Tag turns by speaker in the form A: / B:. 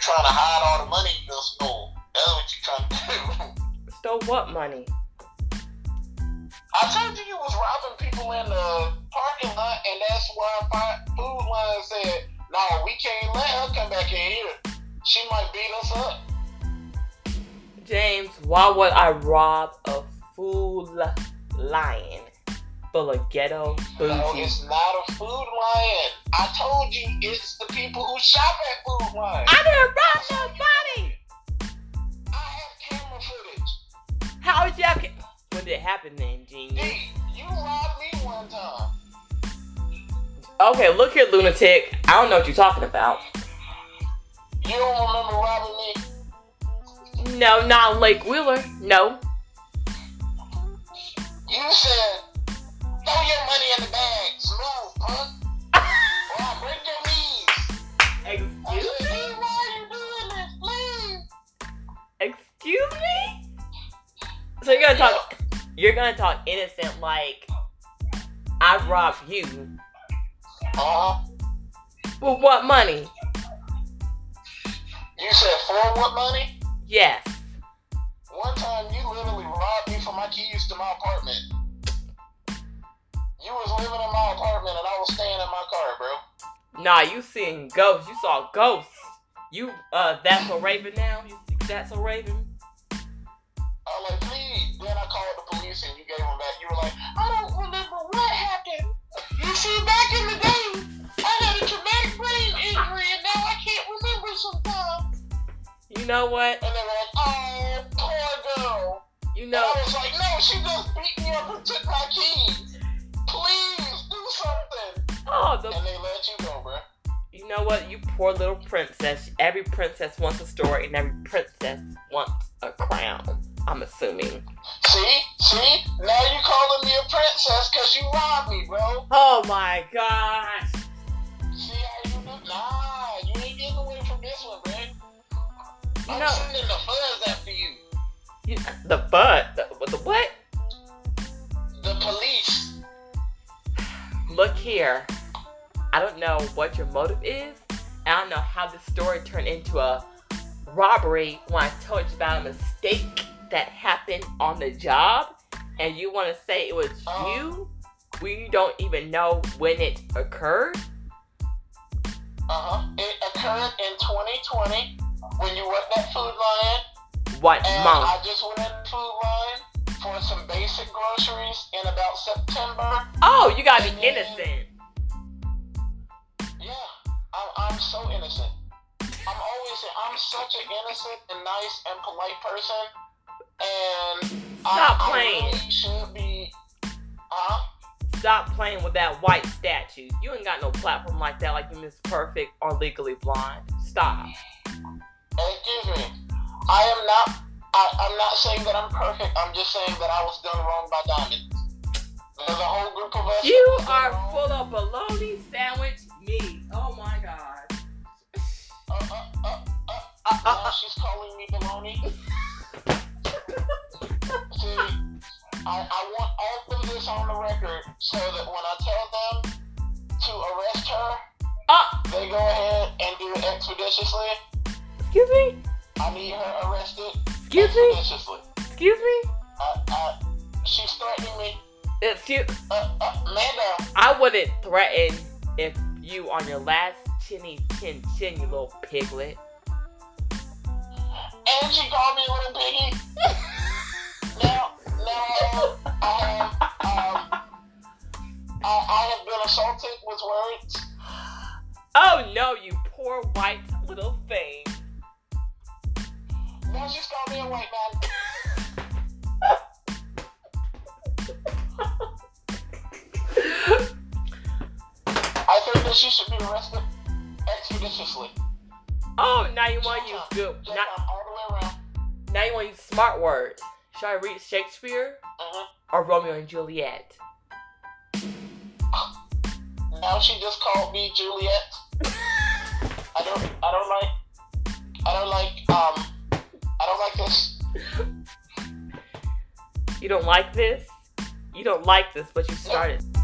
A: trying to hide all the money you done stole. That's what you trying to do.
B: Stole what money?
A: I told you you was robbing people in the parking lot, and that's why Fi- Food Line said, "No, we can't let her come back in here. She might beat us up."
B: James, why would I rob a food lion full of ghetto booty?
A: No, it's not a food line. I told you it's the people who shop at food line.
B: I didn't rob nobody.
A: I have camera footage.
B: How did you have? ca- When did it happen then, genius?
A: D, you robbed me one time.
B: Okay, look here, lunatic. I don't know what you're talking about.
A: You don't remember robbing me?
B: No, not Lake Wheeler. No.
A: You said, throw your money in the bag. Smooth, punk. Or I'll break your knees. I
B: Excuse
A: said, D, why are you doing this? Please.
B: Excuse me? So you're gonna talk you're gonna talk innocent like I robbed you.
A: Uh-huh.
B: With what money?
A: You said, for what money?
B: Yes.
A: One time you literally robbed me for my keys to my apartment. You was living in my apartment and I was staying in my car, bro.
B: Nah, you seen ghosts. You saw ghosts. You uh that's a raven now? You think that's a raven?
A: I was like, please. Then I called the police and you gave them back. You were like, I don't remember what happened. You see, back in the day, I had a traumatic brain injury and now I can't remember sometimes.
B: You know what?
A: And they were like, oh, poor girl.
B: You
A: And
B: know
A: I was like, no, she just beat me up and took my keys. Please do something.
B: Oh the
A: And they let you go, bro.
B: You know what? You poor little princess. Every princess wants a story, and every princess wants a crown. I'm assuming.
A: See? See? Now you calling me a princess because you robbed me, bro.
B: Oh my gosh!
A: See how you do? Nah, you ain't getting away from this one, man.
B: You
A: I'm
B: know
A: sending the fuzz after you.
B: you, the butt. The, what the what?
A: The police.
B: Look here. I don't know what your motive is. and I don't know how this story turned into a robbery when I told you about a mistake that happened on the job, and you want to say it was
A: Oh.
B: you when you don't even know when it occurred.
A: Uh huh. It occurred in 2020 when you worked at Food Lion,
B: What
A: and
B: month?
A: I just went at Food Lion for some basic groceries in about September.
B: Oh, you gotta be innocent.
A: Yeah, I'm, I'm so innocent. I'm always I'm such an innocent and nice and polite person, and
B: Stop
A: I,
B: playing.
A: I really should be. Huh?
B: Stop playing with that white statue. You ain't got no platform like that, like you Miss Perfect or Legally Blonde. Stop.
A: Excuse me. I am not. I, I'm not saying that I'm perfect. I'm just saying that I was done wrong by diamonds. There's a whole group of us.
B: You are full of bologna sandwich meat. Oh my god.
A: Uh, uh, uh, uh.
B: Uh,
A: Now
B: uh,
A: she's calling me baloney. See, I, I want all of this on the record so that when I tell them to arrest her,
B: uh,
A: they go ahead and do it expeditiously.
B: excuse me?
A: I need her arrested
B: Excuse me?
A: expeditiously.
B: Excuse me?
A: I, I, she's threatening me.
B: Excuse
A: Uh, uh, man down.
B: I wouldn't threaten if you on your last chinny chin chin, you little piglet.
A: And she called me a little piggy. now, now, um, um, I, I have been assaulted with words.
B: Oh no, you poor white little thing.
A: Now she's called me a white man. I think that she should be arrested expeditiously.
B: Oh, now you want to use good.
A: Just
B: Not,
A: not all the way around.
B: Now you want to use smart words. Should I read Shakespeare
A: hmm
B: or Romeo and Juliet?
A: Now she just called me Juliet. I don't. I don't like. I don't like. Um. I don't like this.
B: You don't like this? You don't like this, but you started.